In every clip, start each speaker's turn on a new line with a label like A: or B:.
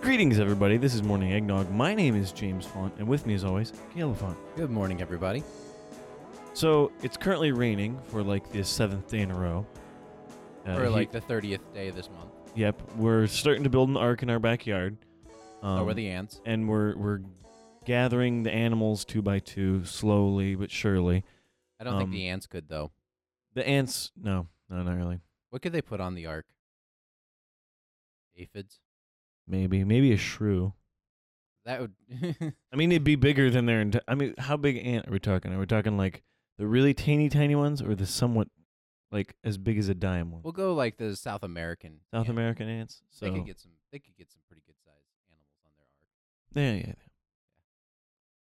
A: Greetings, everybody. This is Morning Eggnog. My name is James Font, and with me, as always, Caleb Font.
B: Good morning, everybody.
A: So it's currently raining for like the seventh day in a row. Uh,
B: or
A: he-
B: like the 30th day of this month.
A: yep, we're starting to build an ark in our backyard. Um,
B: Over Oh, the ants.
A: and we're we're gathering the animals two by two, slowly but surely.
B: I don't
A: um,
B: think the ants could, though.
A: The ants, no, no, not really.
B: What could they put on the ark? Aphids?
A: Maybe, maybe a shrew.
B: That would.
A: I mean, it'd be bigger than their. Enti- I mean, how big ant are we talking? Are we talking like the really teeny tiny ones, or the somewhat like as big as a dime one?
B: we'll go like the South American.
A: South
B: ant.
A: American ants. So
B: They could get some. They could get some pretty good sized animals on their
A: yeah,
B: ark.
A: yeah, yeah.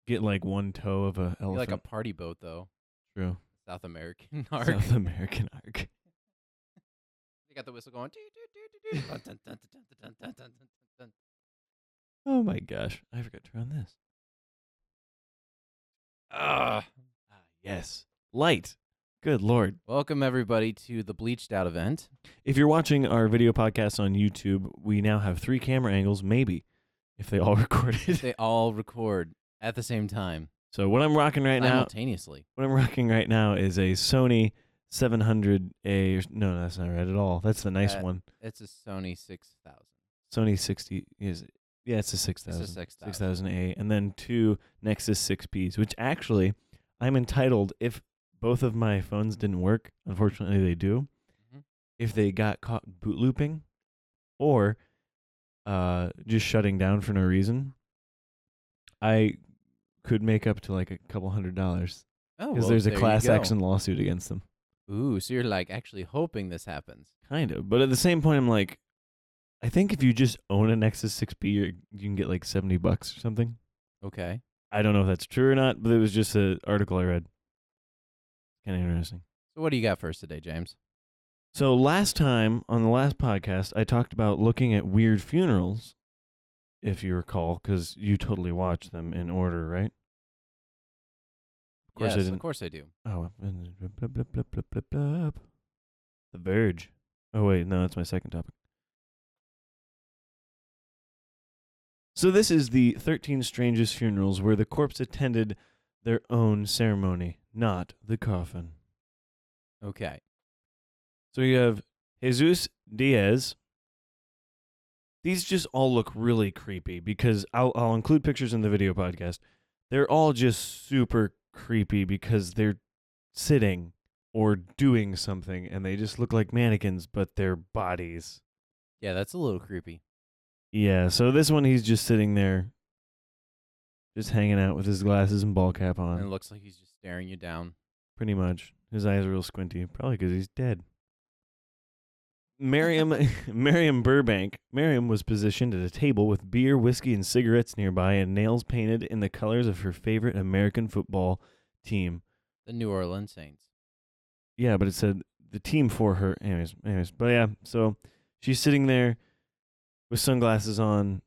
A: Get like one toe of a
B: Be
A: elephant.
B: like a party boat, though.
A: True.
B: South American ark.
A: South American arc.
B: They got the whistle going. "Doo, doo, doo, doo, doo." Dun, dun, dun, dun, dun, dun, dun, dun, dun, dun.
A: Oh my gosh, I forgot to run this. Ah, ah, yes, light. Good lord.
B: Welcome everybody to the bleached out event.
A: If you're watching our video podcast on YouTube, we now have three camera angles, maybe, if they all recorded.
B: They all record at the same time,
A: so what I'm rocking right now,
B: simultaneously.
A: what I'm rocking right now is a Sony 700A. Or, no, that's not right at all. That's the nice
B: Uh,
A: one.
B: It's a Sony six thousand.
A: Sony 60 is yeah, it's a
B: It's
A: 6000.
B: a six thousand.
A: 6000A, and then two Nexus 6Ps, which actually I'm entitled if both of my phones didn't work. Unfortunately, they do.
B: Mhm.
A: If they got caught boot looping or uh, just shutting down for no reason, I could make up to like a couple hundred dollars
B: Oh,
A: because
B: well,
A: there's a
B: there you
A: class
B: go.
A: action lawsuit against them.
B: Ooh, so you're like actually hoping this happens.
A: Kind of, but at the same point, I'm like, I think if you just own a Nexus 6P, you're, you can get like 70 bucks or something.
B: Okay.
A: I don't know if that's true or not, but it was just an article I read. Kind of interesting.
B: So what do you got for us today, James?
A: So last time on the last podcast, I talked about looking at weird funerals, if you recall, because you totally watched them in order, right? Of course
B: yes,
A: I didn't.
B: Of course I do.
A: Oh, blub, blub, blub, blub, blub, blub. The Verge. Oh wait, no, that's my second topic. So this is the 13 strangest funerals where the corpse attended their own ceremony, not the coffin.
B: Okay.
A: So you have Jesus Diaz. These just all look really creepy because I'll, I'll include pictures in the video podcast. They're all just super creepy because they're sitting or doing something and they just look like mannequins, but they're bodies.
B: Yeah, that's a little creepy.
A: Yeah, so this one, he's just sitting there, just hanging out with his glasses and ball cap
B: And it
A: on,
B: looks like he's just staring you down.
A: pretty much. His eyes are real squinty, probably because he's dead. Miriam Miriam Burbank. Miriam was positioned at a table with beer, whiskey, and cigarettes nearby, and nails painted in the colors of her favorite American football team.
B: The New Orleans Saints.
A: Yeah, but it said the team for her. Anyways, anyways, but yeah, so she's sitting there with sunglasses on.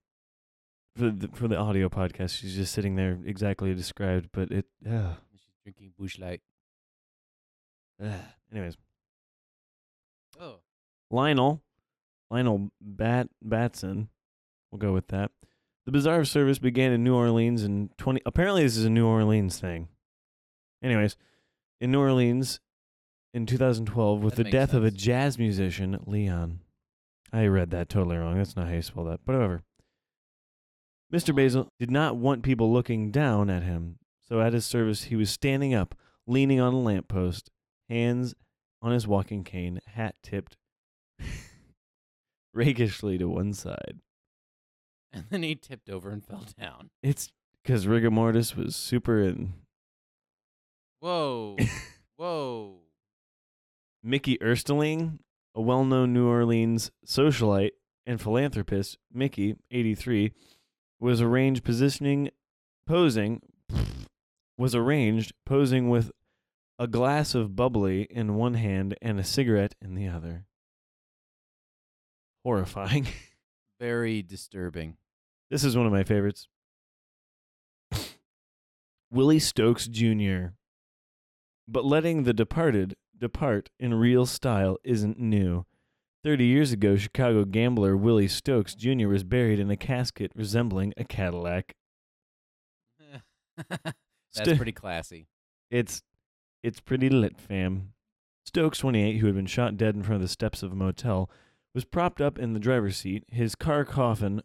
A: For the, for the audio podcast, she's just sitting there exactly described, but it. Uh,
B: And She's drinking bush light.
A: anyways,
B: Oh.
A: Lionel, Lionel Bat Batson. We'll go with that. The Bazaar of Service began in New Orleans in twenty. Apparently, this is a New Orleans thing. Anyways, in New Orleans, in 2012, with
B: That
A: the
B: makes
A: death of a
B: sense.
A: jazz musician, Leon. I read that totally wrong. That's not how you spell that. But however, Mr. Basil did not want people looking down at him, so at his service, he was standing up, leaning on a lamppost, hands on his walking cane, hat tipped rakishly to one side.
B: And then he tipped over and fell down.
A: It's because rigor mortis was super in.
B: Whoa. Whoa.
A: Mickey Ersteling, a well known New Orleans socialite and philanthropist, Mickey, 83, was arranged positioning, posing, was arranged posing with a glass of bubbly in one hand and a cigarette in the other. Horrifying.
B: Very disturbing.
A: This is one of my favorites. Willie Stokes Jr. But letting the departed depart in real style isn't new. 30 years ago, Chicago gambler Willie Stokes Jr. was buried in a casket resembling a Cadillac.
B: That's
A: Sto-
B: pretty classy.
A: It's it's pretty lit, fam. Stokes, 28, who had been shot dead in front of the steps of a motel, was propped up in the driver's seat. His car coffin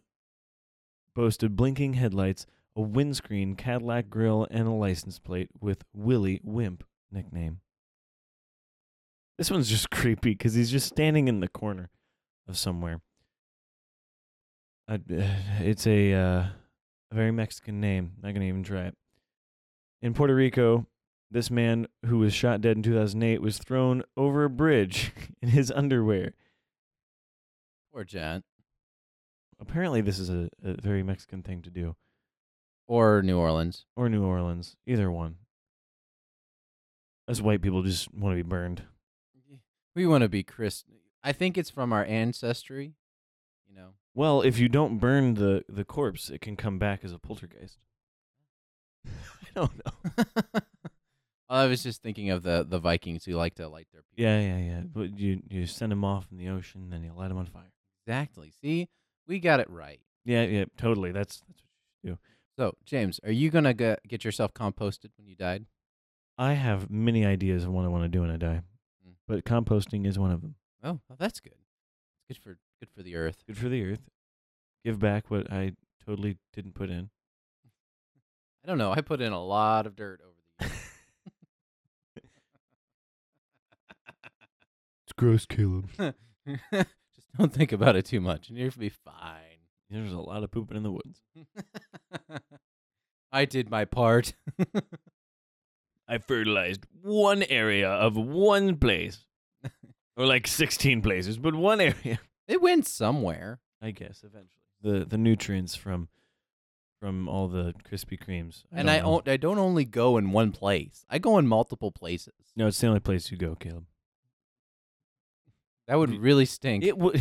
A: boasted blinking headlights, a windscreen, Cadillac grill, and a license plate with Willie Wimp nickname. This one's just creepy because he's just standing in the corner of somewhere. I, it's a uh, a very Mexican name. Not gonna even try it. In Puerto Rico, this man who was shot dead in 2008 was thrown over a bridge in his underwear.
B: Poor gent.
A: Apparently, this is a, a very Mexican thing to do,
B: Or New Orleans.
A: or New Orleans, either one. Us white people just want to be burned.
B: We want to be Chris. I think it's from our ancestry. You know,
A: Well, if you don't burn the, the corpse, it can come back as a poltergeist. I don't know.
B: I was just thinking of the the Vikings who like to light their people.
A: Yeah, yeah, yeah. But you you send him off in the ocean, then you light him on fire.
B: Exactly. See, we got it right.
A: Yeah, yeah, totally. That's that's.
B: So, James, are you gonna go- get yourself composted when you died?
A: I have many ideas of what I want to do when I die,
B: Mm.
A: but composting is one of them.
B: Oh, well, that's good. Good for good for the earth.
A: good for the earth. Give back what I totally didn't put in.
B: I don't know. I put in a lot of dirt over the years.
A: It's gross, Caleb.
B: Just don't think about it too much, and you'll be fine.
A: There's a lot of pooping in the woods.
B: I did my part.
A: I fertilized one area of one place, or like 16 places, but one area.
B: it went somewhere.
A: I guess eventually the the nutrients from from all the Krispy Kremes. don't
B: and I
A: know.
B: don't, I don't only go in one place. I go in multiple places.
A: No, it's the only place you go, Caleb.
B: That would
A: y-
B: really stink.
A: It would.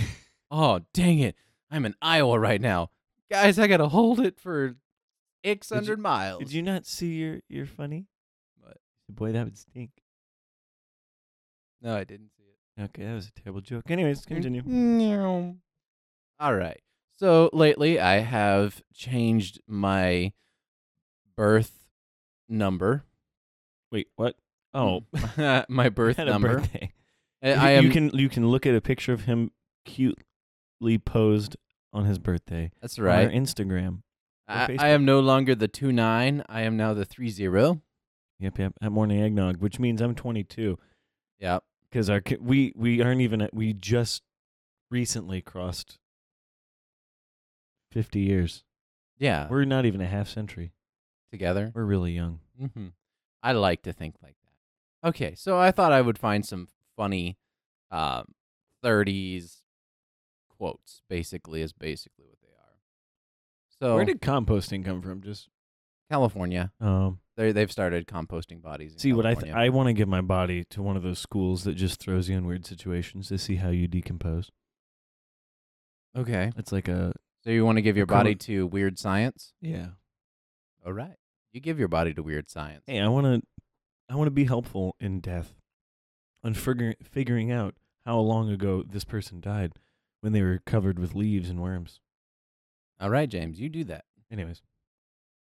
B: oh, dang it. I'm in Iowa right now. Guys, I got to hold it for X
A: you-
B: hundred miles.
A: Did you not see your your funny?
B: What?
A: Boy, that would stink.
B: No, I didn't see it.
A: Okay, that was a terrible joke. Anyways, continue.
B: Meow. All right. So lately, I have changed my birth number.
A: Wait, what? Oh,
B: my birth
A: had a
B: number.
A: birthday.
B: I,
A: You-
B: Uh, I am.
A: You can you can look at a picture of him cutely posed on his birthday
B: that's
A: on our
B: right.
A: Instagram.
B: I,
A: Facebook.
B: I am no longer the two nine. I am now the three zero.
A: Yep, yep. At morning eggnog, which means I'm 22
B: Yeah.
A: because our ki- we we aren't even at, we just recently crossed 50 years.
B: Yeah. We're
A: We're not even a half century.
B: together.
A: We're really young.
B: hmm I like to think like that. Okay, so I thought I would find some funny um, 30s quotes. Basically, is basically what they are. So Oh.
A: Where did composting come from? Just
B: California,
A: um,
B: they they've started composting bodies. In
A: see what I th-
B: California.
A: I want to give my body to one of those schools that just throws you in weird situations to see how you decompose.
B: okay.
A: It's like a
B: So you want to give your
A: Come
B: body
A: on.
B: to weird science?
A: yeah.
B: All right, you give your body to weird science.
A: hey, I want to, I want to be helpful in death, on figuring figuring out how long ago this person died, when they were covered with leaves and worms.
B: All right, James, you do that.
A: Anyways,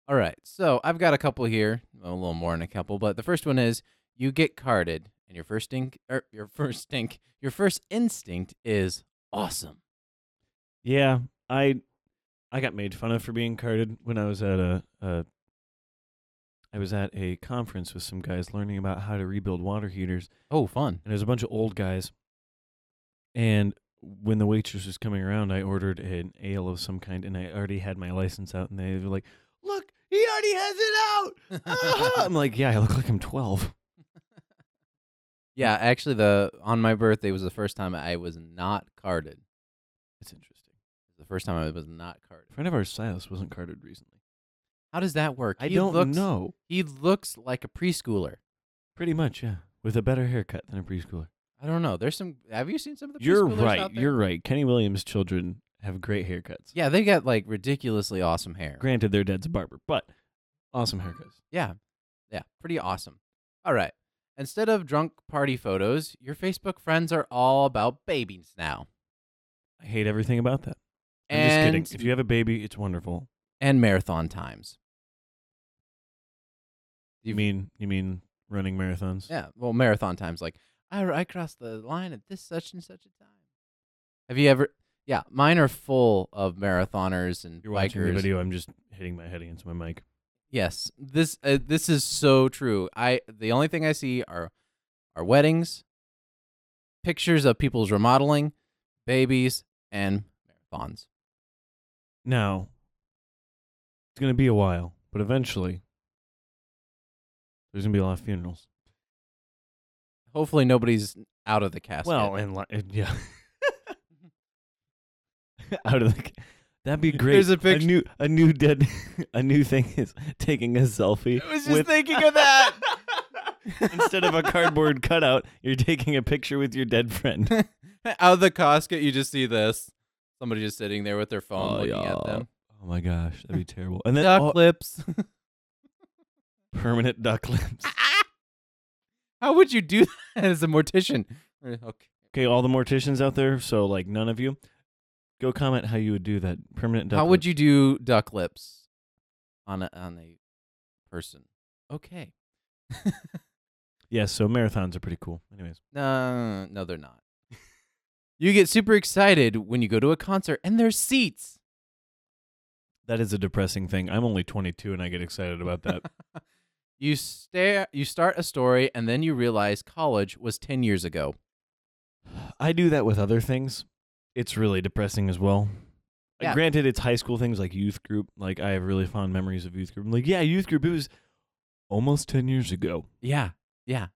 B: All right, so I've got a couple here, a little more than a couple, but the first one is you get carded, and your first stink, er, your first stink, your first instinct is awesome.
A: yeah, I, I got made fun of for being carded when I was at a, a I was at a conference with some guys learning about how to rebuild water heaters,
B: Oh, fun!
A: and there's a bunch of old guys. And when the waitress was coming around, I ordered an ale of some kind, and I already had my license out, and they were like, "Look, he already has it out." I'm like, yeah, I look like I'm 12.
B: yeah, actually, the on my birthday was the first time I was not carded.
A: That's interesting.
B: The first time I was not carded.
A: A friend of ours, Silas, wasn't carded recently.
B: How does that work?
A: I
B: he
A: don't
B: looks,
A: know.
B: He looks like a preschooler.
A: Pretty much, yeah. With a better haircut than a preschooler.
B: I don't know. There's some. Have you seen some of the?
A: You're
B: preschoolers
A: right.
B: out there?
A: You're right. Kenny Williams' children have great haircuts.
B: Yeah, they got like ridiculously awesome hair.
A: Granted, their dad's a barber, but awesome haircuts.
B: Yeah. Yeah. Pretty awesome. All right. Instead of drunk party photos, your Facebook friends are all about babies now.
A: I hate everything about that. I'm
B: and
A: just kidding. If you have a baby, it's wonderful.
B: and marathon times.
A: You
B: You've-
A: mean you mean running marathons?
B: Yeah, well, marathon times. Like I, I crossed the line at this such and such a time. Have you ever? Yeah, mine are full of marathoners and
A: You're watching the
B: bikers.
A: video. I'm just hitting my head against my mic.
B: Yes, this uh, this is so true. I the only thing I see are are weddings, pictures of people's remodeling, babies, and marathons.
A: Now, it's going to be a while, but eventually, there's going to be a lot of funerals.
B: Hopefully, nobody's out of the casket.
A: Well, and li- and yeah, out of the, ca- that'd be great.
B: There's a picture-
A: new, a new dead, a new thing is taking a selfie.
B: I was just
A: with-
B: thinking of that.
A: Instead of a cardboard cutout, you're taking a picture with your dead friend.
B: out of the casket, you just see this. Somebody just sitting there with their phone
A: Oh,
B: looking
A: yeah.
B: at them.
A: Oh my gosh, that'd be terrible. And then
B: Duck
A: oh,
B: lips.
A: permanent duck lips.
B: How would you do that as a mortician? Eh, Okay.
A: Okay, all the morticians out there, so like none of you, go comment how you would do that permanent duck.
B: How would you do duck lips on a on a person? Okay.
A: Yes, so marathons are pretty cool. Anyways,
B: No, no, they're not. you get super excited when you go to a concert and there's seats.
A: that is a depressing thing. I'm only 22 and I get excited about that.
B: You stare. You start a story and then you realize college was ten years ago.
A: I do that with other things. It's really depressing as well. Like,
B: Yeah.
A: Granted, it's high school things like youth group. Like I have really fond memories of youth group. I'm like, yeah, youth group. It was almost 10 years ago.
B: Yeah, yeah,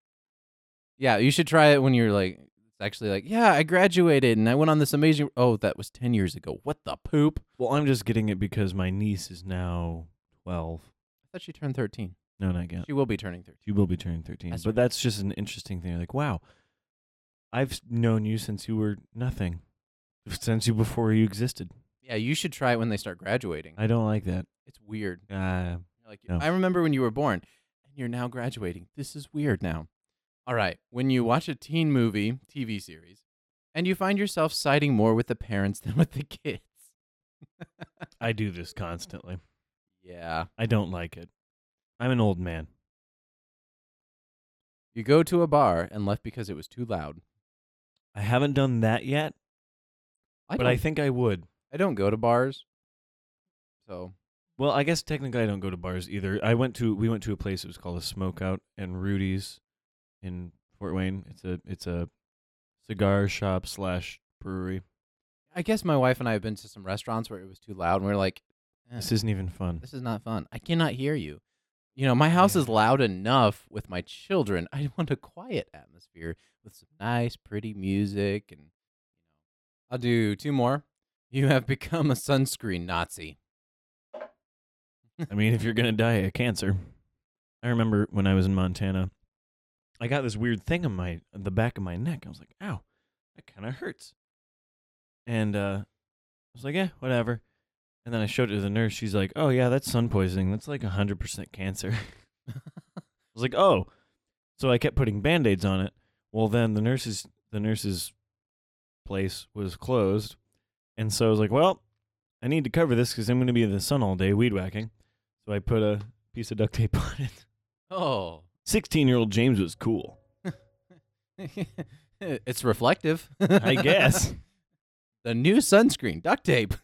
B: yeah. You should try it when you're like it's actually like yeah, I graduated and I went on this amazing. Oh, that was ten years ago. What the poop?
A: Well, I'm just getting it because my niece is now 12.
B: I thought she turned thirteen.
A: No, not yet.
B: She will be turning thirteen.
A: You will be turning 13.
B: That's
A: but
B: right.
A: that's just an interesting thing. Like, wow, I've s- known you since you were nothing, since you before you existed.
B: Yeah, you should try it when they start graduating.
A: I don't like that.
B: It's weird.
A: Uh,
B: Like
A: No.
B: I remember when you were born and you're now graduating. This is weird now. All right, when you watch a teen movie, TV series, and you find yourself siding more with the parents than with the kids.
A: I do this constantly.
B: Yeah.
A: I don't like it. I'm an old man.
B: You go to a bar and left because it was too loud.
A: I haven't done that yet,
B: I
A: but I
B: don't-
A: think I would.
B: I don't go to bars. So,
A: Well, I guess technically I don't go to bars either. I went to we went to a place that was called a smokeout and Rudy's in Fort Wayne. It's a it's a cigar shop slash brewery.
B: I guess my wife and I have been to some restaurants where it was too loud and we are like eh,
A: This isn't even fun.
B: this is not fun. I cannot hear you. You know, my house
A: Yeah.
B: is loud enough with my children. I want a quiet atmosphere with some nice, pretty music. And I'll do two more. You have become a sunscreen Nazi.
A: I mean, if you're gonna die of cancer, I remember when I was in Montana, I got this weird thing on my on the back of my neck. I was like, "Ow, that kind of hurts," and uh, I was like, "Yeah, whatever." And then I showed it to the nurse. She's like, "Oh yeah, that's sun poisoning. That's like hundred percent cancer." I was like, "Oh," so I kept putting band aids on it. Well, then the nurses the nurses place was closed, and so I was like, "Well, I need to cover this because I'm going to be in the sun all day weed whacking." So I put a piece of duct tape on it.
B: Oh,
A: 16 year old James was cool.
B: it's reflective.
A: I guess.
B: the new sunscreen, duct tape.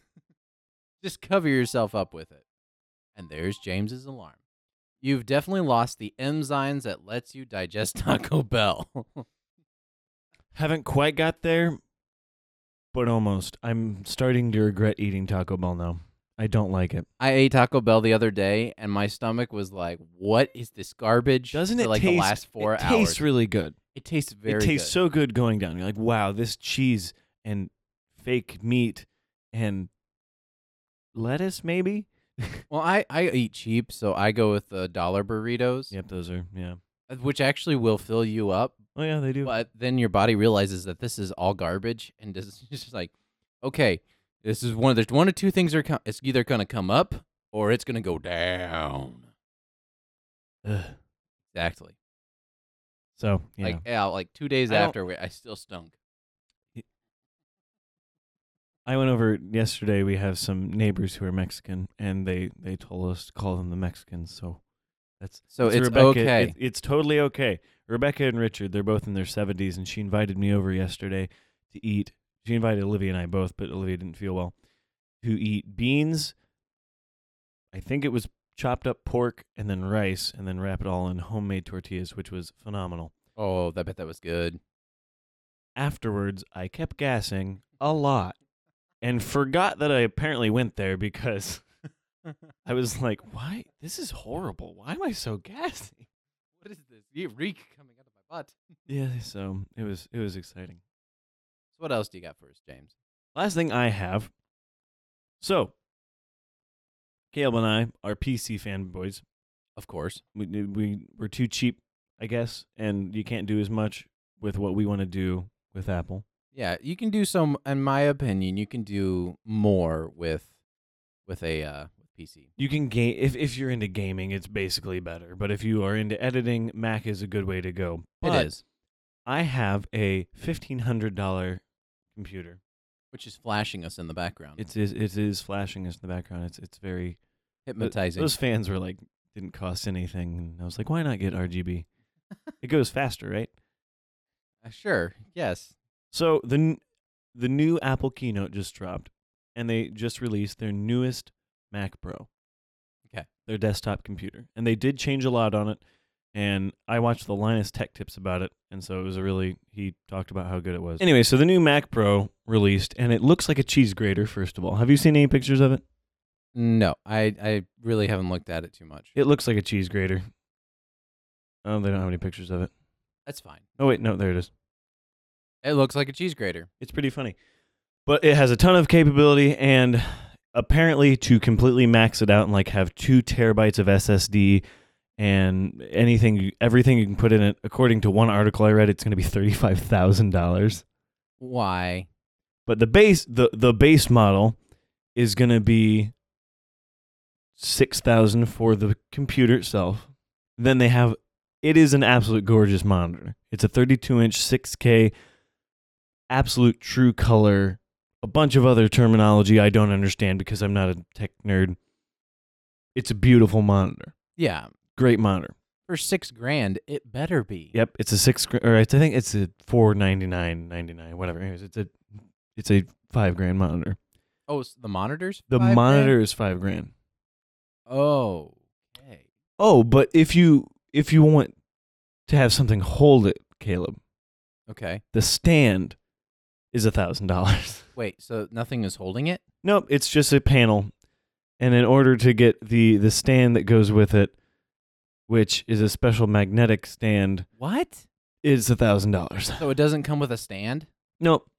B: Just cover yourself up with it. And there's James's alarm. You've definitely lost the enzymes that lets you digest Taco Bell.
A: Haven't quite got there, but almost. I'm starting to regret eating Taco Bell now. I don't like it.
B: I ate Taco Bell the other day, and my stomach was like, "What is this garbage?"
A: Doesn't
B: for,
A: it
B: like
A: taste
B: the last four
A: it
B: hours?
A: tastes really good.
B: it tastes very.
A: it tastes
B: good.
A: so good going down. You're like, wow, this cheese and fake meat and lettuce, maybe?
B: Well, I I eat cheap, so I go with the dollar burritos,
A: Yep, those are, yeah.
B: uh, which actually will fill you up.
A: Oh, yeah, they do.
B: But then your body realizes that this is all garbage, and does it's just like, okay, this is one of there's one of two things are com- it's either gonna come up or it's gonna go down.
A: Ugh.
B: Exactly.
A: So, yeah.
B: Like yeah, like two days
A: I don't-
B: after, we, I still stunk.
A: I went over yesterday. We have some neighbors who are Mexican, and they they told us to call them the Mexicans. So that's
B: So
A: so
B: it's
A: Rebecca,
B: okay.
A: it- it's totally okay. Rebecca and Richard, they're both in their seventies, and she invited me over yesterday to eat. She invited Olivia and I both, but Olivia didn't feel well. To eat beans. I think it was chopped up pork and then rice, and then wrap it all in homemade tortillas, which was phenomenal.
B: oh, I bet that was good.
A: Afterwards, I kept gassing a lot, and forgot that I apparently went there because I was like, "Why? This is horrible. Why am I so gassy?"
B: What is this? You reek coming out of my butt. So
A: Yeah, so it was it was exciting.
B: what else do you got for us, James?
A: Last thing I have. So, Caleb and I are PC fanboys.
B: Of course.
A: We we we're too cheap, I guess, and you can't do as much with what we want to do with Apple.
B: Yeah, you can do some. In my opinion, you can do more with with a uh, PC.
A: You can game if if you're into gaming, it's basically better. But if you are into editing, Mac is a good way to go. But
B: it is,
A: I have a fifteen hundred dollar computer.
B: which is flashing us in the background. It's
A: It's is it is flashing us in the background. It's it's very
B: hypnotizing.
A: Those fans were like didn't cost anything, and I was like, why not get RGB? it goes faster, right?
B: Uh, sure. Yes.
A: So the n- the new Apple keynote just dropped, and they just released their newest Mac Pro.
B: Okay.
A: Their desktop computer, and they did change a lot on it. And I watched the Linus Tech Tips about it, and so it was a really he talked about how good it was. Anyway, so the new Mac Pro released, and it looks like a cheese grater. First of all, have you seen any pictures of it?
B: No, I I really haven't looked at it too much.
A: It looks like a cheese grater. Oh, they don't have any pictures of it.
B: That's fine.
A: Oh wait, no, there it is.
B: It looks like a cheese grater.
A: It's pretty funny. But it has a ton of capability and apparently to completely max it out and like have 2 terabytes of SSD and anything you- everything you can put in it according to one article I read it's going to be $35,000.
B: Why?
A: But the base the the base model is going to be 6,000 for the computer itself. Then they have it is an absolute gorgeous monitor. It's a 32-inch 6K absolute true color, a bunch of other terminology I don't understand because I'm not a tech nerd. It's a beautiful monitor.
B: Yeah,
A: Great monitor.
B: for six grand, it better be.
A: Yep, it's a 6 gra- or it's, I think it's a 499.99 whatever. Anyways, it's a it's a 5 grand monitor.
B: Oh, s the monitor's
A: The
B: five grand?
A: monitor is five grand.
B: Oh. Okay.
A: Oh, but if you if you want to have something hold it, Caleb,
B: Okay.
A: the stand is a thousand dollars.
B: Wait. So nothing is holding it.
A: Nope, it's just a panel. And in order to get the the stand that goes with it, which is a special magnetic stand,
B: What?
A: is a thousand dollars.
B: So it doesn't come with a stand.
A: Nope.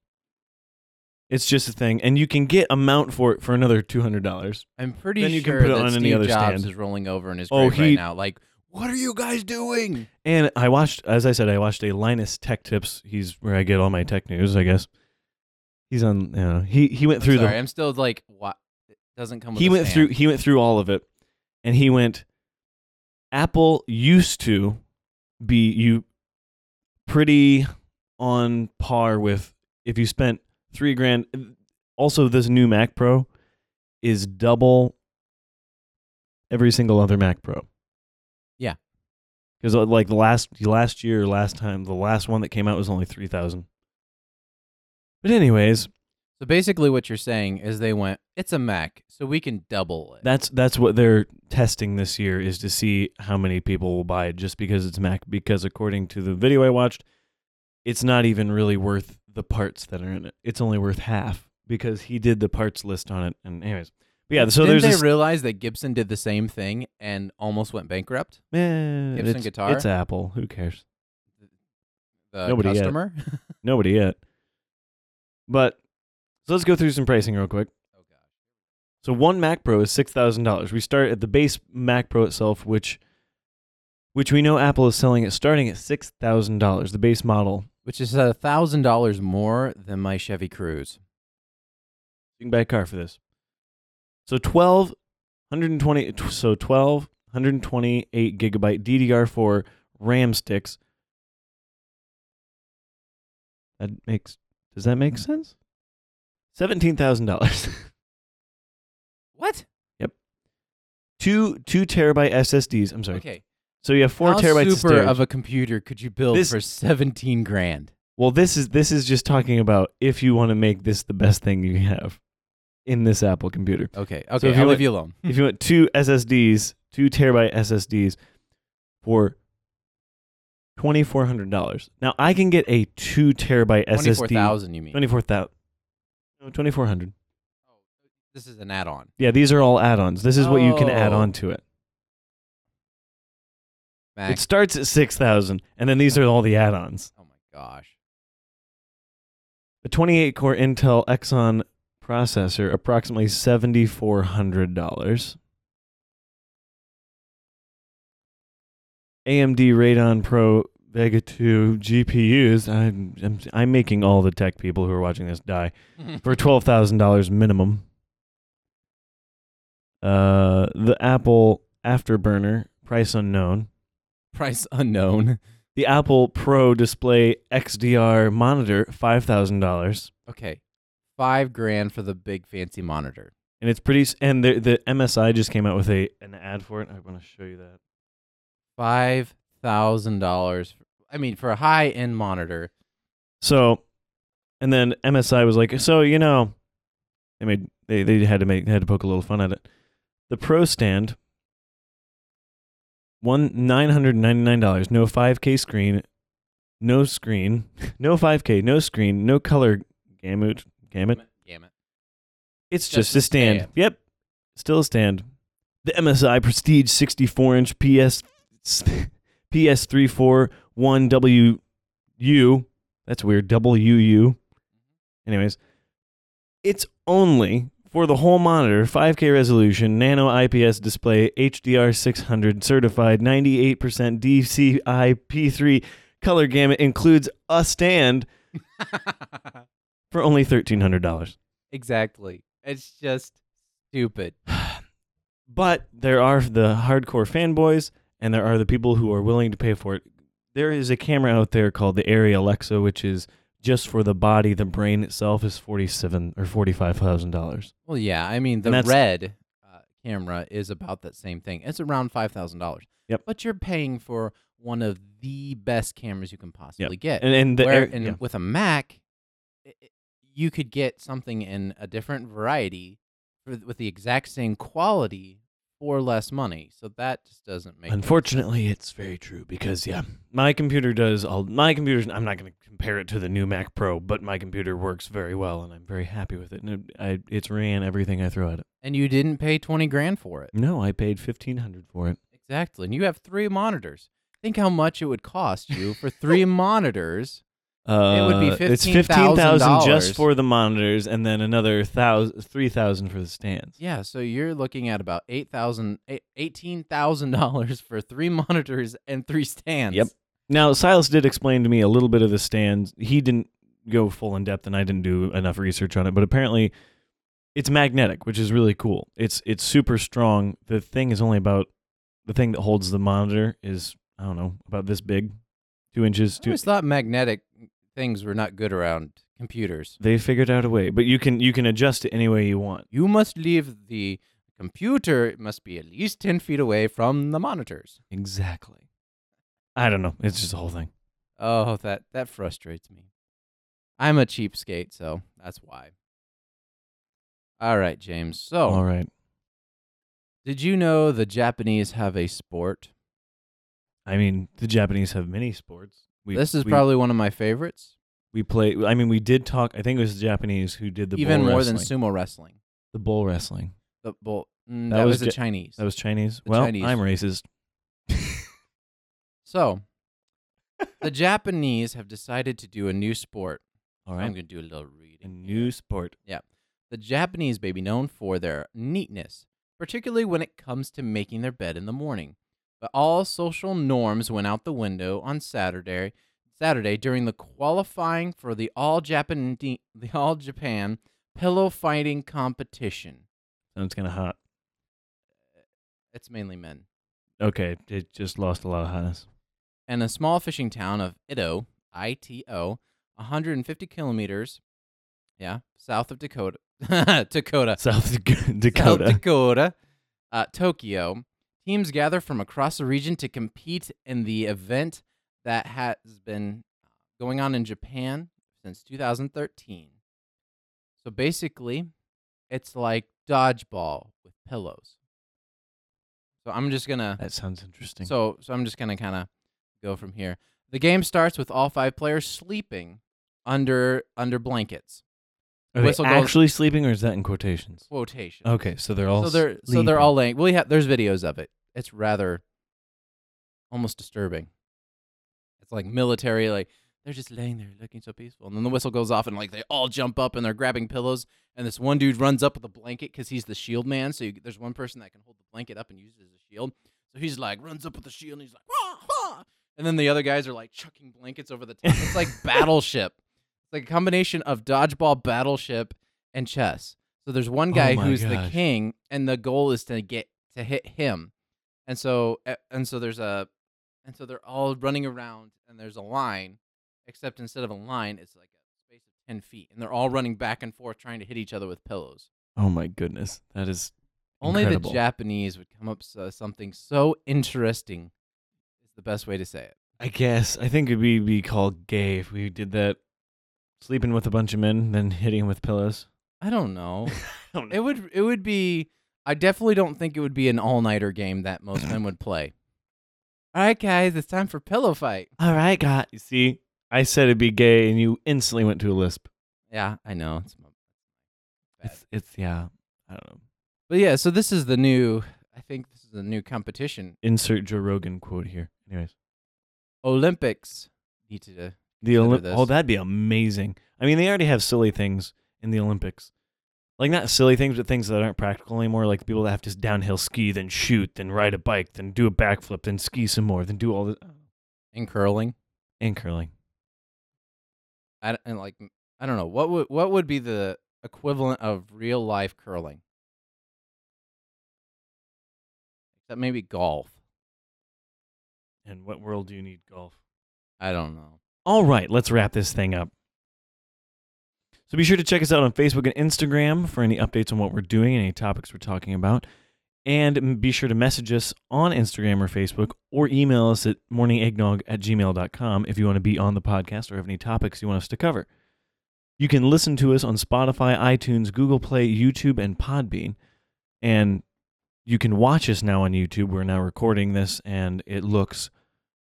A: It's just a thing, and you can get a mount for it for another two hundred dollars.
B: I'm pretty
A: Then
B: sure
A: you can put it
B: that
A: on
B: Steve
A: any other
B: Jobs
A: stand.
B: is rolling over in his grave
A: Oh,
B: right
A: he-
B: now. Like, what are you guys doing?
A: And I watched, as I said, I watched a Linus Tech Tips. He's where I get all my tech news, I guess. He's on. You know, he he went
B: I'm
A: through
B: sorry, I'm still like, what? It doesn't
A: the.
B: come with.
A: He
B: a
A: went
B: stand.
A: through. He went through all of it, and he went. Apple used to be you pretty on par with if you spent three grand. Also, this new Mac Pro is double every single other Mac Pro.
B: Yeah.
A: because uh, like the last last year, last time, the last one that came out was only three thousand. But anyways,
B: So basically, what you're saying is they went, it's a Mac, so we can double it.
A: that's that's what they're testing this year is to see how many people will buy it just because it's Mac. Because according to the video I watched, it's not even really worth the parts that are in it. It's only worth half because he did the parts list on it. And anyways, but yeah. So
B: Didn't
A: there's this
B: they realize that Gibson did the same thing and almost went bankrupt?
A: Eh,
B: Gibson
A: it's,
B: guitar?
A: It's Apple. Who cares?
B: The
A: Nobody yet.
B: customer.
A: Nobody yet. But so let's go through some pricing real quick.
B: oh gosh.
A: So one Mac Pro is six thousand dollars. We start at the base Mac Pro itself, which which we know Apple is selling it starting at six thousand dollars, the base model.
B: Which is a thousand dollars more than my Chevy Cruze.
A: You can buy a car for this. So twelve hundred and twenty so twelve hundred and twenty eight gigabyte DDR four RAM sticks. That makes does that make sense? Seventeen thousand dollars.
B: What?
A: Two two terabyte SSDs. I'm sorry.
B: Okay.
A: So you have four
B: How
A: terabytes of
B: super
A: storage.
B: of a computer could you build
A: This-
B: for 17 grand?
A: well, this is this is just talking about if you want to make this the best thing you have in this Apple computer.
B: Okay. Okay.
A: if you
B: I'll
A: want-
B: leave you alone.
A: if you want two SSDs, two terabyte SSDs for twenty four hundred dollars. Now I can get a two terabyte SSD.
B: 24,000 you mean.
A: Twenty four thousand. No, twenty four hundred.
B: This is an add-on.
A: Yeah, these are all add-ons. This is what you can add
B: Oh.
A: on to it.
B: Mac.
A: It starts at six thousand, and then these are all the add-ons.
B: oh my gosh.
A: A twenty-eight core Intel Exxon processor, approximately seventy-four hundred dollars. AMD Radon Pro Vega 2 GPUs. I'm, I'm I'm making all the tech people who are watching this die for twelve thousand dollars minimum. Uh, the Apple Afterburner, price unknown.
B: Price unknown.
A: The Apple Pro Display XDR monitor, $5,000.
B: Okay. 5 grand for the big fancy monitor.
A: And it's pretty, s- and the, the MSI just came out with a an ad for it. I want to show you that.
B: $5,000. for- I mean for a high-end monitor.
A: So, and then MSI was like, so, you know, they made, they, they had to make, they had to poke a little fun at it. The Pro stand, one $999, no 5K screen, no screen, no 5K, no screen, no color gamut, gamut.
B: Gamut.
A: It's
B: Just
A: just,
B: a
A: a stand.
B: stand.
A: Yep. Still a stand. The MSI Prestige 64 inch PS PS341 WU. That's weird. WU. Anyways, it's only for the whole monitor, 5K resolution, nano IPS display, HDR 600 certified, 98% DCI P3 color gamut includes a stand for only $1,300.
B: exactly. It's just stupid.
A: But there are the hardcore fanboys, and there are the people who are willing to pay for it. There is a camera out there called the Arri Alexa, which is just for the body. The brain itself is forty-seven or forty-five thousand dollars.
B: Well, yeah. I mean, the
A: And that's-
B: red uh, camera is about that same thing. It's around five thousand dollars.
A: Yep.
B: But you're paying for one of the best cameras you can possibly get.
A: And and the
B: Where,
A: Arri-
B: and
A: yeah.
B: with a Mac, i i- you could get something in a different variety with, with the exact same quality for less money. So that just doesn't make. any sense.
A: unfortunately, it's very true because yeah, my computer does all. My computer's. I'm not going to compare it to the new Mac Pro, but my computer works very well, and I'm very happy with it. And it, I, it's ran everything I throw at it.
B: And you didn't pay twenty grand for it.
A: No, I paid fifteen hundred for it.
B: Exactly. And you have three monitors. Think how much it would cost you for three monitors.
A: Uh,
B: would be
A: it's fifteen thousand
B: $15,000.
A: just for the monitors, and then another thousand, three thousand for the stands.
B: Yeah, so you're looking at about eight thousand, eighteen thousand dollars for three monitors and three stands.
A: Yep. Now Silas did explain to me a little bit of the stands. He didn't go full in depth, and I didn't do enough research on it. But apparently, it's magnetic, which is really cool. It's it's super strong. The thing is only about the thing that holds the monitor is I don't know about this big, two inches.
B: I
A: Two.
B: always thought magnetic things were not good around computers.
A: They figured out a way, but you can you can adjust it any way you want.
B: You must leave the computer. It must be at least ten feet away from the monitors.
A: Exactly. I don't know. It's just a whole thing.
B: Oh, that that frustrates me. I'm a cheapskate, so that's why. All right, James. So,
A: All right.
B: did you know the Japanese have a sport?
A: I mean, the Japanese have many sports. We,
B: this is
A: we,
B: probably one of my favorites,
A: we play. I mean, we did talk. I think it was the Japanese who did the
B: even
A: bull
B: more
A: wrestling.
B: than sumo wrestling.
A: the bull wrestling.
B: The bull. Mm, that,
A: That
B: was,
A: was
B: the
A: Ja-
B: Chinese.
A: That was Chinese.
B: The
A: well,
B: Chinese.
A: I'm racist.
B: so, the Japanese have decided to do a new sport.
A: All
B: I'm
A: right.
B: going to do a little reading.
A: A
B: here.
A: new sport.
B: The Japanese may be known for their neatness, particularly when it comes to making their bed in the morning. But all social norms went out the window on Saturday. Saturday during the qualifying for the All Japan the All Japan Pillow Fighting competition.
A: Sounds kind of hot.
B: It's mainly men.
A: Okay, it just lost a lot of hotness.
B: and a small fishing town of Ito, I T O, 150 kilometers Yeah, south of Dakota, Dakota,
A: South Dak-
B: South
A: Dakota.
B: Dakota, uh, Tokyo. Teams gather from across the region to compete in the event that has been going on in Japan since 2013. So basically, it's like dodgeball with pillows. So I'm just gonna
A: that sounds interesting.
B: so, so I'm just gonna kind of go from here. The game starts with all five players sleeping under under blankets.
A: Are they
B: whistle goes-
A: actually sleeping, or is that in quotations?
B: Quotation.
A: Okay, so they're all
B: so they're so
A: sleeping.
B: they're all laying. Well, yeah, there's videos of it. It's rather almost disturbing. It's like military, like they're just laying there looking so peaceful, and then the whistle goes off, and like they all jump up and they're grabbing pillows, and this one dude runs up with a blanket because he's the shield man. So you, there's one person that can hold the blanket up and use it as a shield. So he's like runs up with the shield, and he's like, "Wah, wah." and then the other guys are like chucking blankets over the top. It's like battleship. It's like a combination of dodgeball, battleship, and chess. So there's one
A: Oh
B: guy
A: my
B: who's the
A: gosh.
B: king, and the goal is to get to hit him. And so a- and so there's a and so they're all running around, and there's a line, except instead of a line, it's like a space of ten feet, and they're all running back and forth trying to hit each other with pillows.
A: Oh my goodness, that is
B: Only
A: Incredible.
B: the Japanese would come up so, something so interesting. Is the best way to say it.
A: I guess. I think it'd be, be called gay if we did that. Sleeping with a bunch of men, then hitting with pillows.
B: I don't know.
A: I don't
B: It would it would be I definitely don't think it would be an all nighter game that most men would play. Alright guys, it's time for pillow fight.
A: All right, God. You see, I said it'd be gay, and you instantly went to a lisp.
B: Yeah, I know. It's my- Bad.
A: It's, it's yeah. I don't know.
B: But yeah, so this is the new I think this is the new competition.
A: Insert Joe Rogan quote here. Anyways,
B: Olympics need to
A: the
B: Consider
A: Olymp-
B: this.
A: oh, that'd be amazing. I mean, they already have silly things in the Olympics, like not silly things, but things that aren't practical anymore. Like people that have to downhill ski, then shoot, then ride a bike, then do a backflip, then ski some more, then do all uh, this
B: in curling.
A: and curling.
B: I don't- and like I don't know. What would what would be the equivalent of real life curling? Except maybe golf.
A: And what world do you need golf?
B: I don't know.
A: All right, let's wrap this thing up. So be sure to check us out on Facebook and Instagram for any updates on what we're doing, any topics we're talking about. And m- be sure to message us on Instagram or Facebook or email us at morningeggnog at gmail.com if you want to be on the podcast or have any topics you want us to cover. You can listen to us on Spotify, iTunes, Google Play, YouTube, and Podbean. And you can watch us now on YouTube. We're now recording this and it looks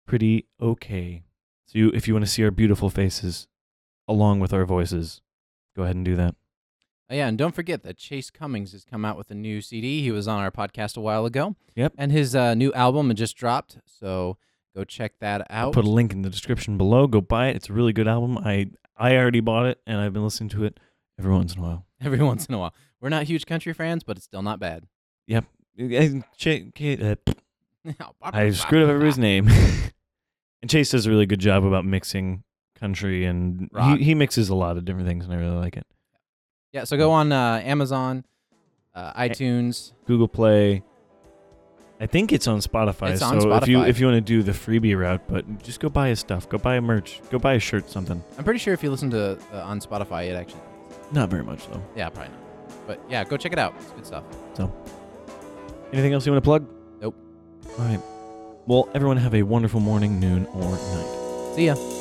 A: pretty okay. So you, if you want to see our beautiful faces along with our voices, go ahead and do that.
B: Oh, yeah, and don't forget that Chase Cummings has come out with a new CD. He was on our podcast a while ago.
A: Yep.
B: And his uh, new album had just dropped, so go check that
A: I'll
B: out.
A: put a link in the description below. Go buy it. It's a really good album. I I already bought it and I've been listening to it every once in a while.
B: Every once in a while, we're not huge country fans, but it's still not bad.
A: And Cha- Ca- uh, I screwed up everybody's name. and Chase does a really good job about mixing country and
B: Rock.
A: he, he mixes a lot of different things and I really like it.
B: Yeah, so go on uh, Amazon, uh, iTunes.
A: Google Play. I think it's on Spotify.
B: It's on
A: so if you
B: Spotify.
A: if you want to do the freebie route, but just go buy his stuff. Go buy a merch. Go buy a shirt. Something.
B: I'm pretty sure if you listen to uh, on Spotify, it actually.
A: Not very much though.
B: Yeah, probably not. But yeah, go check it out. It's good stuff.
A: Anything else you want to plug?
B: Nope.
A: All right. Well, everyone have a wonderful morning, noon, or night.
B: See ya.